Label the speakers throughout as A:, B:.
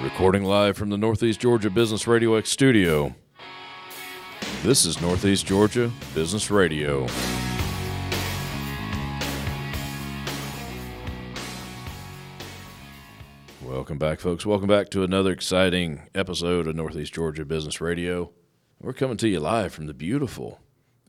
A: Recording live from the Northeast Georgia Business Radio X studio. This is Northeast Georgia Business Radio. Welcome back, folks. Welcome back to another exciting episode of Northeast Georgia Business Radio. We're coming to you live from the beautiful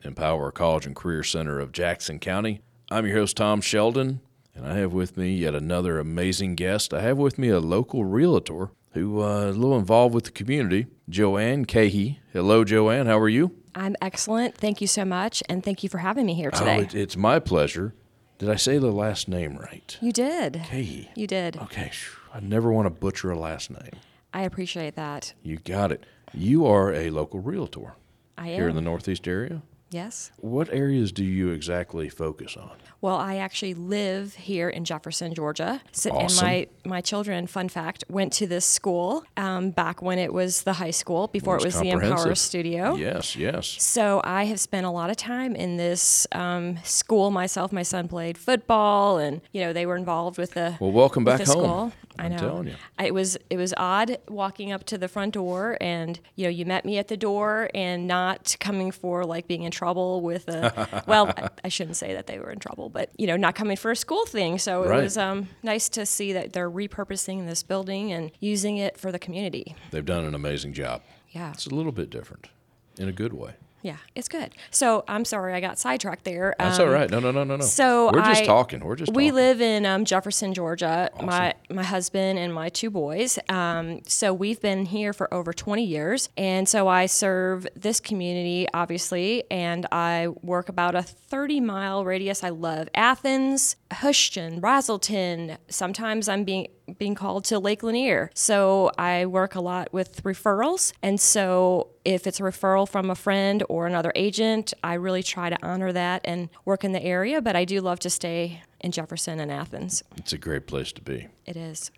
A: Empower College and Career Center of Jackson County. I'm your host, Tom Sheldon, and I have with me yet another amazing guest. I have with me a local realtor who uh, is a little involved with the community, Joanne Cahey. Hello, Joanne. How are you?
B: I'm excellent. Thank you so much, and thank you for having me here today.
A: Oh, it- it's my pleasure. Did I say the last name right?
B: you did.
A: Cahey.
B: You did.
A: Okay, phew, I never want to butcher a last name.
B: I appreciate that.
A: You got it. You are a local realtor
B: I
A: here in
B: am.
A: the Northeast area.
B: yes.
A: What areas do you exactly focus on?
B: Well, I actually live here in Jefferson, Georgia. So,
A: Awesome.
B: And my, my children, fun fact, went to this school um, back when it was the high school, before it
A: It's
B: was the Empower
A: comprehensive.
B: Studio.
A: Yes, yes.
B: So I have spent a lot of time in this um, school myself. My son played football, and you know they were involved with the
A: Well, welcome
B: with
A: back
B: the
A: home.
B: School. I
A: I'm
B: know.
A: telling you.
B: I- It was it was odd walking up to the front door, and you know you met me at the door, and not coming for like being in trouble with a well, I, I shouldn't say that they were in trouble, but you know not coming for a school thing. So it
A: Right.
B: was um, nice to see that they're repurposing this building and using it for the community.
A: They've done an amazing job.
B: Yeah.
A: It's a little bit different in a good way.
B: Yeah, it's good. So I'm sorry I got sidetracked there.
A: That's all
B: Um,
A: right. No, no, no, no, no.
B: So
A: we're just
B: I-
A: talking. We're just
B: we
A: talking.
B: live in um, Jefferson, Georgia. My my husband and my two boys. Um, so we've been here for over 20 years, and so I serve this community obviously, and I work about a 30 mile radius. I love Athens, Houston, Brazelton. Sometimes I'm being being called to Lake Lanier. So I work a lot with referrals. And so if it's a referral from a friend or another agent, I really try to honor that and work in the area. But I do love to stay in Jefferson and Athens.
A: It's a great place to be.
B: It is.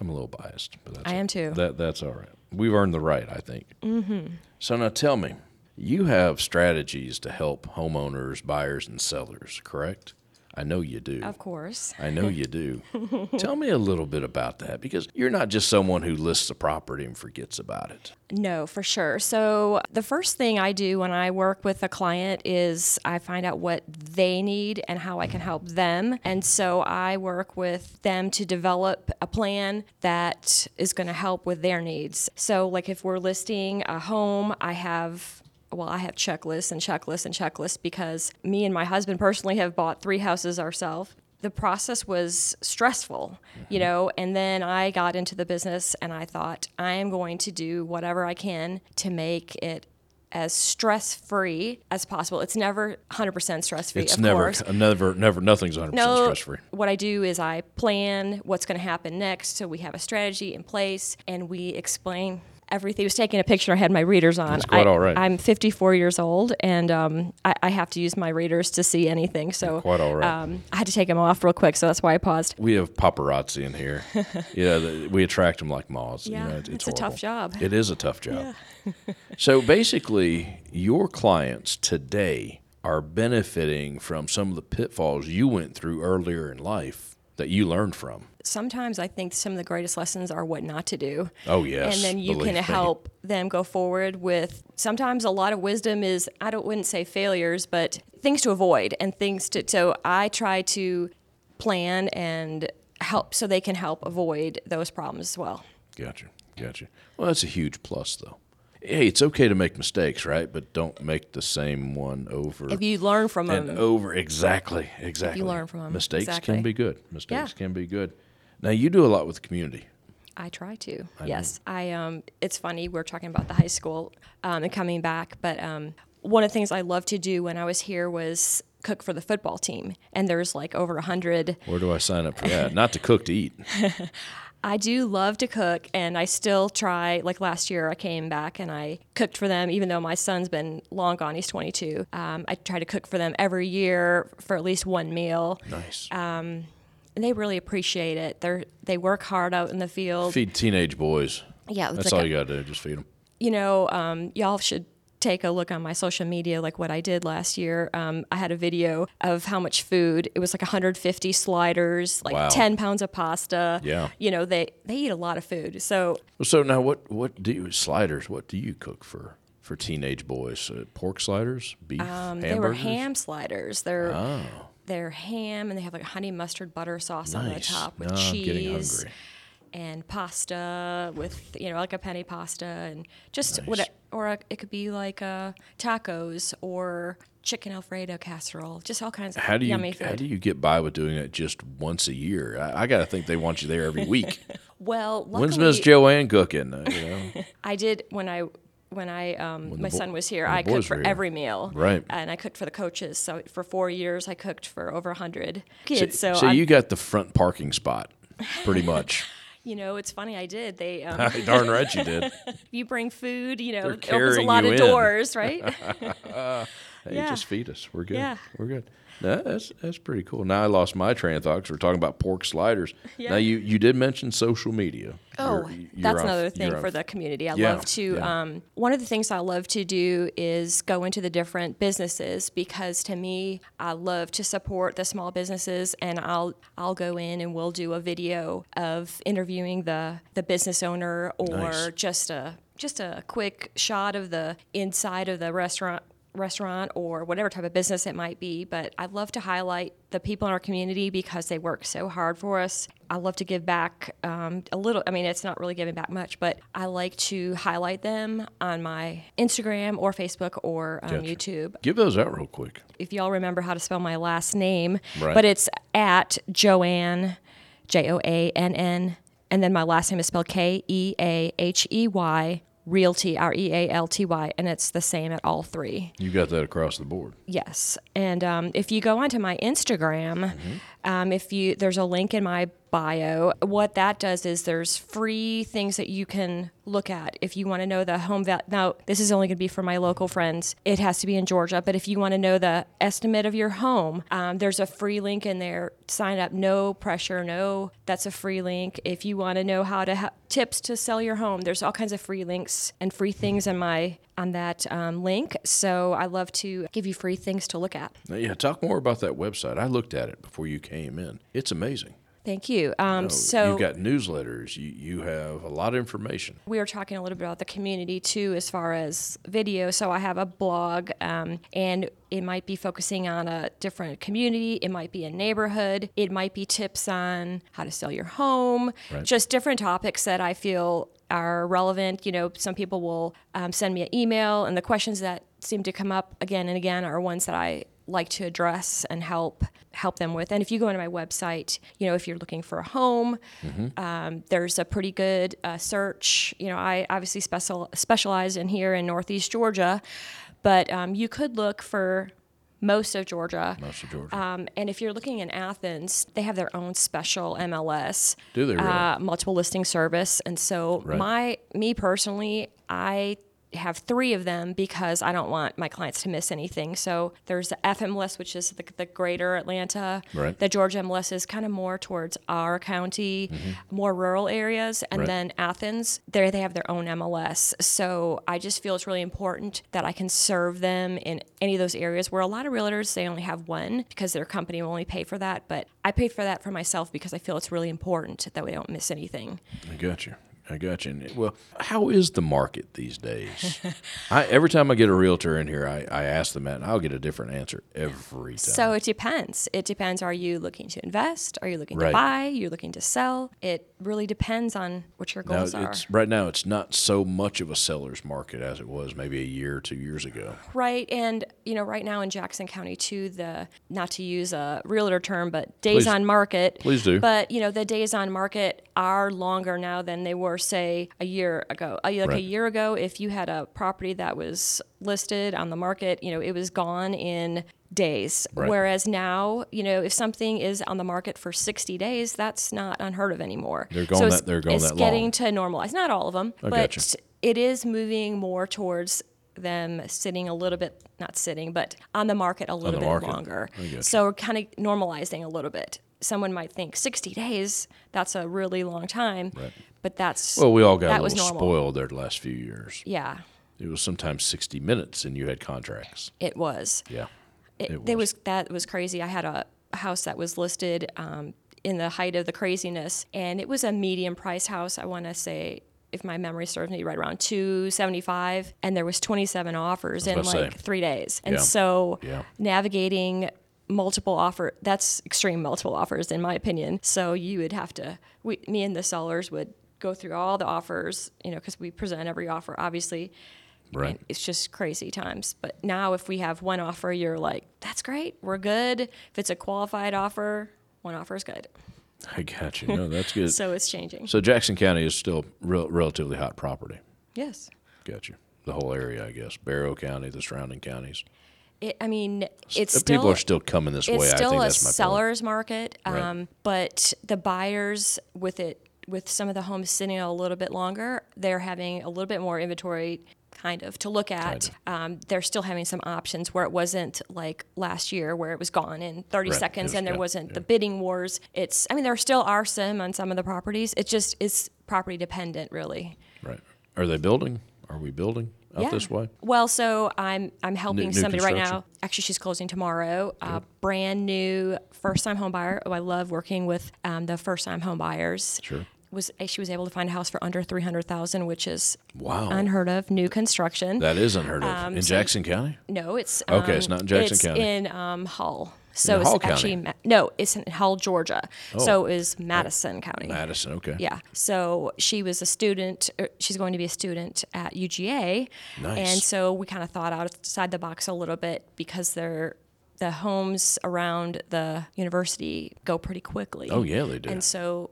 A: I'm a little biased, but that's
B: I
A: all-
B: am too.
A: That that's all right. We've earned the right, I think. Mm-hmm. So now tell me, you have strategies to help homeowners, buyers, and sellers, correct? I know you do.
B: Of course.
A: I know you do. Tell me a little bit about that because you're not just someone who lists a property and forgets about it.
B: No, for sure. So, the first thing I do when I work with a client is I find out what they need and how I can help them. And so, I work with them to develop a plan that is going to help with their needs. So, like if we're listing a home, I have well, I have checklists and checklists and checklists because me and my husband personally have bought three houses ourselves the process was stressful, you know, and then I got into the business and I thought, I am going to do whatever I can to make it as stress free as possible. It's never 100% stress free,
A: It's
B: of
A: never,
B: course.
A: never, never, nothing's 100% stress free.
B: What I do is I plan what's going to happen next. So we have a strategy in place and we explain everything. He was taking a picture I had my readers on. That's
A: quite
B: I,
A: all right.
B: I'm 54 years old and um, I, I have to use my readers to see anything. So
A: quite all right.
B: um, I had to take them off real quick. So that's why I paused.
A: We have paparazzi in here. yeah, th- we attract them like moths.
B: Yeah,
A: you know,
B: it's a tough
A: horrible.
B: job.
A: It is a tough job. so basically, your clients today are benefiting from some of the pitfalls you went through earlier in life that you learned from.
B: Sometimes I think some of the greatest lessons are what not to do.
A: Oh, yes.
B: and then you
A: believe
B: can
A: me.
B: help them go forward with sometimes a lot of wisdom is i don't wouldn't say failures but things to avoid and things to so i try to plan and help so they can help avoid those problems as well
A: Gotcha. Gotcha. Well, that's a huge plus, though. Hey, it's okay to make mistakes, right? But don't make the same one over
B: if you learn from
A: Uh, and uh,
B: them
A: over. Exactly. Exactly.
B: learn from 'em.
A: Mistakes
B: Exactly.
A: can be good. Mistakes
B: Yeah.
A: can be good. Now, you do a lot with the community.
B: I try to. yes, I. Um, it's funny we're talking about the high school um, and coming back, but um, one of the things I loved to do when I was here was cook for the football team, and there's like over a hundred
A: Where do I sign up for that? Not to cook to eat.
B: I do love to cook, and I still try. Like last year, I came back and I cooked for them, even though my son's been long gone. He's 22. Um, I try to cook for them every year for at least one meal,
A: Nice.
B: Uh, and they really appreciate it. They they work hard out in the field.
A: Feed teenage boys.
B: Yeah, it's
A: That's
B: like
A: all
B: a-
A: you got to do. Just feed them.
B: you know, um, y'all should take a look on my social media, like what I did last year, um, I had a video of how much food. It was like 150 sliders, like
A: Wow.
B: 10 pounds of pasta.
A: Yeah.
B: You know, they, they eat a lot of food. So
A: So now, what what do you sliders? What do you cook for for teenage boys? Uh, pork sliders, beef,
B: um,
A: hamburgers. Oh.
B: they were ham sliders. They're, they're ham, and they have like honey mustard butter sauce on the
A: Nice.
B: top with
A: Now I'm
B: cheese.
A: getting hungry.
B: and pasta with you know like a penne pasta and just what or a, it could be like uh tacos or chicken alfredo casserole just all kinds of
A: How do you
B: yummy
A: how
B: food
A: do you get by with doing it just once a year? I, I got to think they want you there every week.
B: well
A: When's
B: luckily,
A: Miss Joanne cooking? Uh, you know?
B: i did when i when I um,
A: the
B: my
A: bo-
B: son was here,
A: when the
B: I
A: boys
B: cooked
A: were
B: for
A: here.
B: every meal,
A: Right.
B: And I cooked for the coaches. So for four years, I cooked for over a hundred kids. So, I'm-
A: you got the front parking spot, pretty much.
B: you know, it's funny. I did. They um,
A: Darn right you did.
B: you bring food, you know, it opens a
A: carrying
B: lot
A: you
B: of
A: in.
B: doors, right?
A: Hey,
B: Yeah.
A: just feed us. We're good.
B: Yeah.
A: We're good. No, that's that's pretty cool. Now I lost my train of thought because we're talking about pork sliders.
B: Yeah.
A: Now you you did mention social media.
B: Oh,
A: You're- you're
B: that's
A: on-
B: another thing
A: you're on-
B: for the community. I
A: Yeah,
B: love to.
A: yeah.
B: Um, one of the things I love to do is go into the different businesses because to me, I love to support the small businesses, and I'll I'll go in and we'll do a video of interviewing the the business owner or
A: Nice.
B: just a just a quick shot of the inside of the restaurant restaurant or whatever type of business it might be but i love to highlight the people in our community because they work so hard for us i love to give back um, a little i mean it's not really giving back much but i like to highlight them on my instagram or facebook or um,
A: Gotcha.
B: youtube
A: Give those out real quick.
B: if y'all remember how to spell my last name
A: Right.
B: but it's at joanne j-o-a-n-n and then my last name is spelled E k-e-a-h-e-y realty E r-e-a-l-t-y and it's the same at all three
A: You got that across the board.
B: Yes, and um, if you go onto my Instagram, um, if you there's a link in my bio. What that does is there's free things that you can look at if you want to know the home value. Now this is only going to be for my local friends. It has to be in Georgia, but if you want to know the estimate of your home, um, there's a free link in there. Sign up, no pressure, no. That's a free link. If you want to know how to ha- tips to sell your home, there's all kinds of free links and free things in my on that um, link. So I love to give you free things to look at.
A: Now, yeah, talk more about that website. I looked at it before you came in. It's amazing.
B: Thank you. Um,
A: you've
B: so
A: got newsletters. You you have a lot of information.
B: we were talking a little bit about the community too, as far as video. So I have a blog, um, and it might be focusing on a different community. It might be a neighborhood. It might be tips on how to sell your home. Just different topics that I feel are relevant. You know, some people will um, send me an email, and the questions that seem to come up again and again are ones that I like to address and help help them with. And if you go into my website, you know, if you're looking for a home, um, there's a pretty good uh, search. You know, I obviously special specialize in here in Northeast Georgia, but um, you could look for most of Georgia.
A: Most of Georgia.
B: Um, and if you're looking in Athens, they have their own special MLS
A: Do they really?
B: uh, multiple listing service. And so my me personally, I have three of them because I don't want my clients to miss anything. So there's the FMLS, which is the, the greater Atlanta.
A: Right.
B: The Georgia MLS is kind of more towards our county, more rural areas. And
A: Mm-hmm. Right.
B: then Athens, there they have their own MLS. So I just feel it's really important that I can serve them in any of those areas where a lot of realtors, they only have one because their company will only pay for that. But I paid for that for myself because I feel it's really important that we don't miss anything.
A: I got you. I got you. And, Well, how is the market these days? I, every time I get a realtor in here, I, I ask them that, and I'll get a different answer every time.
B: So it depends. It depends. Are you looking to invest? Are you looking
A: Right.
B: to buy? You're looking to sell? It really depends on what your
A: now,
B: goals are.
A: it's, right now, it's not so much of a seller's market as it was maybe a year or two years ago.
B: Right. And, you know, right now in Jackson County, too, the not to use a realtor term, but days
A: Please-
B: on market.
A: please do.
B: But, you know, the days on market are longer now than they were, say, a year ago. Uh, Like a
A: Right.
B: year ago, if you had a property that was listed on the market, you know, it was gone in days.
A: Right.
B: Whereas now, you know, if something is on the market for 60 days, that's not unheard of anymore.
A: They're going
B: it's-
A: that- they're going
B: it's
A: that long.
B: getting to normalize. Not all of them, but
A: gotcha.
B: it is moving more towards them sitting a little bit, not sitting, but on the market a little
A: the
B: bit
A: market.
B: longer.
A: I gotcha.
B: So we're kind of normalizing a little bit. Someone might think 60 days, that's a really long time,
A: Right.
B: but that's
A: Well, we all got
B: that
A: a
B: was
A: little
B: normal.
A: spoiled there the last few years.
B: Yeah.
A: It it was sometimes 60 minutes and you had contracts.
B: It was.
A: Yeah.
B: It,
A: It
B: there
A: was.
B: was that was crazy. I had a house that was listed um, in the height of the craziness, and it was a medium priced house. I want to say, if my memory serves me, right around two seventy five, and there was twenty seven offers in
A: about to
B: like
A: say.
B: three days, and
A: Yeah.
B: so
A: Yeah.
B: navigating multiple offer that's extreme multiple offers in my opinion so you would have to we, me and the sellers would go through all the offers you know because we present every offer obviously
A: Right.
B: and it's just crazy times. But now, if we have one offer, you're like, that's great. We're good. If it's a qualified offer, one offer is good.
A: I got you. No, that's good.
B: So it's changing.
A: so Jackson County is still rel- relatively hot property.
B: Yes.
A: Got you. The whole area, I guess. Barrow County, the surrounding counties.
B: It, I mean, it's
A: Uh,
B: still,
A: People are still coming this way.
B: it's
A: I
B: still
A: think
B: a
A: that's my point.
B: seller's market, um,
A: Right.
B: but the buyers with it, with some of the homes sitting out a little bit longer, they're having a little bit more inventory kind of to look at. Um, they're still having some options where it wasn't like last year where it was gone in 30
A: Right. It
B: seconds
A: was-
B: and there
A: yeah,
B: wasn't the bidding wars. It's, I mean, there still are some on some of the properties. It just is property dependent, really.
A: Right. Are they building? Are we building out
B: Yeah.
A: this way?
B: Well, so I'm I'm helping
A: new
B: somebody right now.
A: construction.
B: Actually, she's closing tomorrow. A brand new first time home buyer. Oh, I love working with um, the first time home buyers.
A: Sure.
B: Was eh, she was able to find a house for under three hundred thousand, which is
A: Wow.
B: unheard of. New construction.
A: that is unheard of.
B: Um,
A: in
B: so-
A: Jackson County?
B: no, it's
A: Okay,
B: um,
A: it's not in Jackson
B: it's
A: County.
B: in um, Hull. So it's
A: Hull County. Oh.
B: actually Ma- no, it's in Hull, Georgia. So is Madison County.
A: Madison, okay.
B: Yeah. So she was a student. er, She's going to be a student at UGA.
A: Nice.
B: And so we kind of thought outside the box a little bit because they're the homes around the university go pretty quickly.
A: Oh, yeah, they do.
B: And so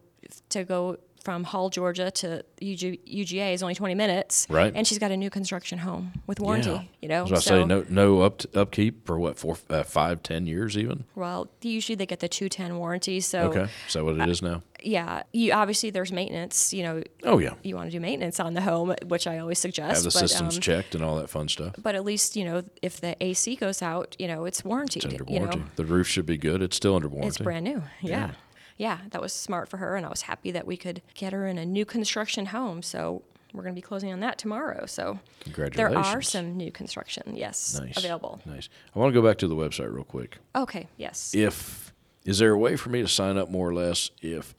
B: to go from Hall, Georgia to UG, UGA is only 20 minutes.
A: Right.
B: And she's got a new construction home with warranty.
A: Yeah.
B: You know.
A: So I say no, no up upkeep for what four, uh, five, ten years even.
B: Well, usually they get the 210 warranty. So uh,
A: Okay, is that what it is now?
B: yeah, you obviously there's maintenance. You know,
A: Oh yeah,
B: you want to do maintenance on the home, which I always suggest.
A: have the
B: but,
A: systems
B: um,
A: checked and all that fun stuff.
B: but at least you know if the AC goes out, you know it's warranted.
A: Under
B: you
A: warranty,
B: know
A: the roof should be good. It's still under warranty.
B: it's brand new. Yeah. yeah, that was smart for her, and I was happy that we could get her in a new construction home. So we're going to be closing on that tomorrow. So there
A: Congratulations.
B: are some new construction, yes,
A: nice.
B: available.
A: Nice. I want to go back to the website real quick.
B: Okay, yes.
A: If is there a way for me to sign up more or less if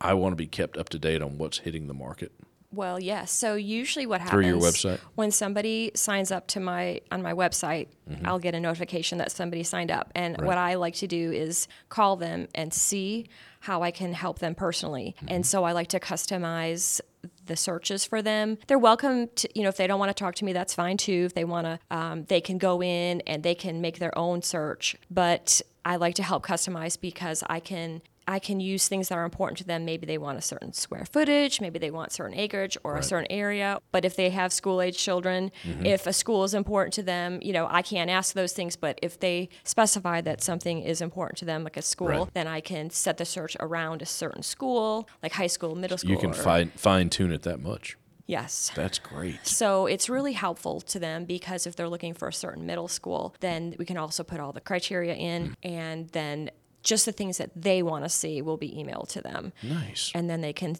A: I want to be kept up to date on what's hitting the market?
B: Well, yes. So usually what happens
A: Through your website?
B: when somebody signs up to my on my website,
A: Mm-hmm.
B: I'll get a notification that somebody signed up. And what I like to do is call them and see how I can help them personally.
A: Mm-hmm.
B: And so I like to customize the searches for them. They're welcome to, you know, if they don't want to talk to me, that's fine too. If they want to, um, they can go in and they can make their own search. But I like to help customize because I can I can use things that are important to them. Maybe they want a certain square footage, maybe they want certain acreage or a certain area. But if they have school age children,
A: Mm-hmm.
B: if a school is important to them, you know, I can't ask those things. But if they specify that something is important to them, like a school,
A: Right.
B: then I can set the search around a certain school, like high school, middle school.
A: You can
B: or-
A: fine fine tune it that much.
B: Yes.
A: Oh, That's great.
B: So it's really helpful to them because if they're looking for a certain middle school, then we can also put all the criteria
A: Mm.
B: in and then just the things that they want to see will be emailed to them.
A: Nice.
B: And then they can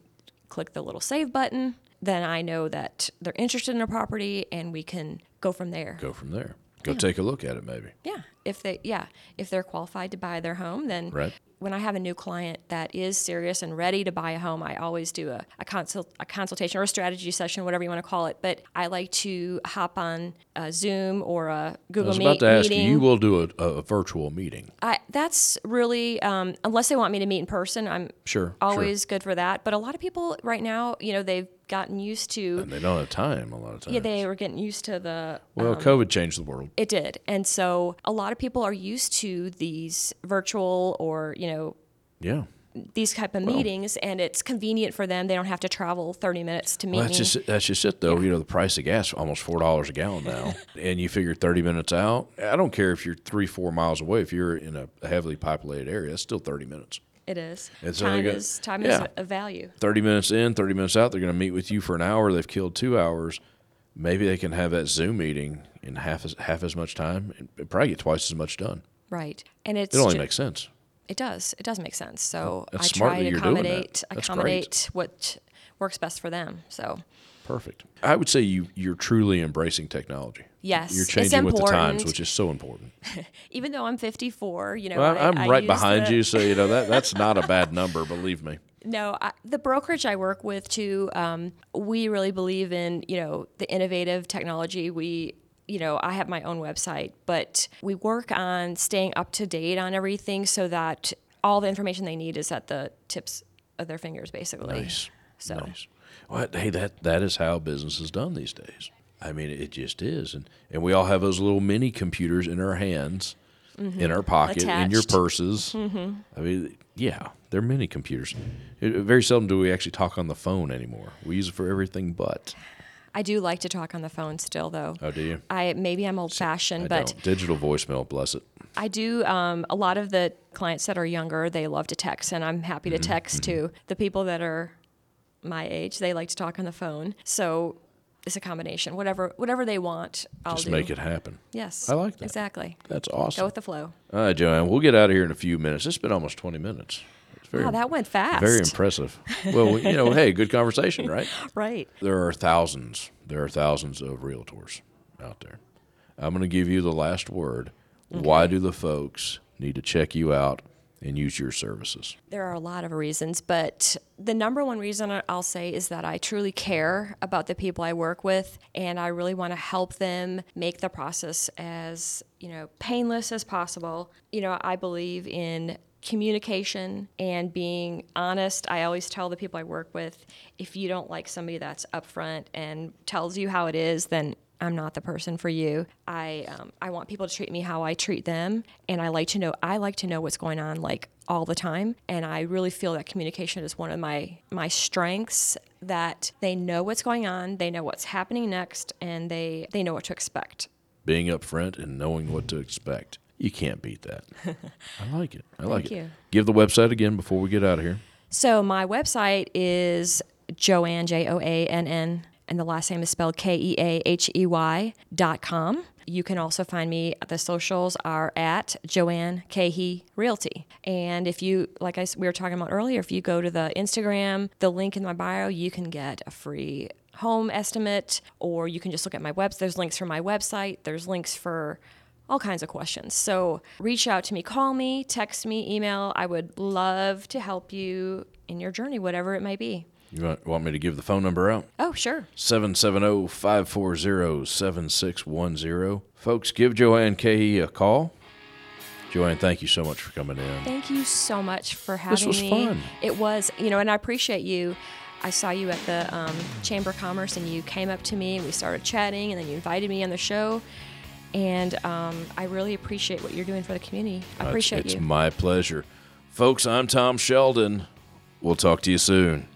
B: click the little save button. Then I know that they're interested in a property and we can go from there.
A: Go from there. Go take a look at it maybe.
B: Yeah, if they yeah, if they're qualified to buy their home, then
A: Right.
B: when I have a new client that is serious and ready to buy a home, I always do a, a consult a consultation or a strategy session, whatever you want to call it. But I like to hop on a Zoom or
A: I
B: a Google
A: was
B: Meet
A: about to ask
B: meeting.
A: you. You will do a, a virtual meeting.
B: I, that's really um, unless they want me to meet in person, I'm
A: Sure, sure.
B: always good for that. But a lot of people right now, you know, they've gotten used to
A: And they don't have time a lot of times.
B: yeah, they were getting used to the
A: well, COVID changed the world.
B: It did. And so a lot of people are used to these virtual or, you know,
A: Yeah.
B: these type of meetings and it's convenient for them. They don't have to travel 30 minutes to meet
A: Well, that's
B: me.
A: just that's just it though. You know, the price of gas almost four dollars a gallon now, and you figure thirty minutes out. I don't care if you're three four miles away. If you're in a heavily populated area, that's still thirty minutes.
B: it is.
A: It's
B: time
A: only got-
B: is time
A: yeah.
B: is a value.
A: Thirty minutes in, thirty minutes out. They're going to meet with you for an hour. They've killed two hours. Maybe they can have that Zoom meeting in half as half as much time and probably get twice as much done.
B: Right. And it's
A: It only
B: ju-
A: makes sense.
B: It does. It does make sense. So
A: That's
B: I
A: smart
B: try
A: that
B: to
A: you're doing that.
B: accommodate
A: That's great.
B: accommodate what works best for them. So
A: Perfect. I would say you you're truly embracing technology.
B: Yes,
A: you're
B: it's
A: changing with the times,
B: important.
A: which is so important.
B: even though I'm 54, you know,
A: Well,
B: I,
A: I'm
B: I
A: right
B: use
A: behind
B: the-
A: you, so you know that that's not a bad number. Believe me.
B: No, I, the brokerage I work with too, um, we really believe in you know the innovative technology. We you know I have my own website, but we work on staying up to date on everything so that all the information they need is at the tips of their fingers, basically.
A: Nice.
B: So-
A: Nice. Well, hey, that that is how business is done these days. I mean, it just is, and and we all have those little mini computers in our hands, in our pocket, in your
B: Mm-hmm. Attached.
A: purses. Mm-hmm. I mean, yeah, they're mini computers. It- very seldom do we actually talk on the phone anymore. We use it for everything but.
B: I do like to talk on the phone still, though.
A: Oh, do you?
B: I maybe I'm old fashioned,
A: I
B: but
A: don't. Digital voicemail, bless it.
B: I do. Um, a lot of the clients that are younger, they love to text, and I'm happy to
A: Mm-hmm.
B: text too. The people that are my age, they like to talk on the phone, so it's a combination. Whatever, whatever they want, I'll
A: Just
B: do.
A: make it happen.
B: Yes,
A: I like that.
B: Exactly.
A: That's
B: Go
A: awesome.
B: with the flow.
A: All right, Joanne, we'll get out of here in a few minutes. It's been almost 20 minutes. It's very,
B: Wow, Oh, that went fast.
A: very impressive. Well, you know, hey, good conversation, right?
B: right.
A: There are thousands. There are thousands of realtors out there. I'm going to give you the last word. Why do the folks need to check you out and use your services?
B: There are a lot of reasons, but the number one reason I- I'll say is that I truly care about the people I work with and I really want to help them make the process as, you know, painless as possible. You know, I believe in communication and being honest. I always tell the people I work with, if you don't like somebody that's upfront and tells you how it is, then I'm not the person for you. I um, I want people to treat me how I treat them, and I like to know I like to know what's going on like all the time, and I really feel that communication is one of my my strengths. That they know what's going on, they know what's happening next, and they they know what to expect.
A: Being upfront and knowing what to expect. You can't beat that. I like it. I like
B: Thank
A: it.
B: you.
A: Give the website again before we get out of here.
B: So my website is Joanne J O A N N, and the last name is spelled K E A H E Y dot com. You can also find me. The socials are at Joanne Cahey Realty. And if you, like I, s- we were talking about earlier, if you go to the Instagram, the link in my bio, you can get a free home estimate, or you can just look at my website. There's links for my website. There's links for all kinds of questions. So reach out to me, call me, text me, email. I would love to help you in your journey, whatever it may be.
A: You want, want me to give the phone number out? oh,
B: Oh, sure.
A: 770-540-7610. Folks, give Joanne Cahey a call. Joanne, thank you so much for coming in.
B: Thank you so much for having
A: This was
B: me.
A: fun.
B: It was, you know, and I appreciate you. I saw you at the um, Chamber of Commerce and you came up to me and we started chatting and then you invited me on the show. And um, I really appreciate what you're doing for the community. I
A: It's-
B: appreciate
A: it's
B: you.
A: my pleasure. Folks, I'm Tom Sheldon. We'll talk to you soon.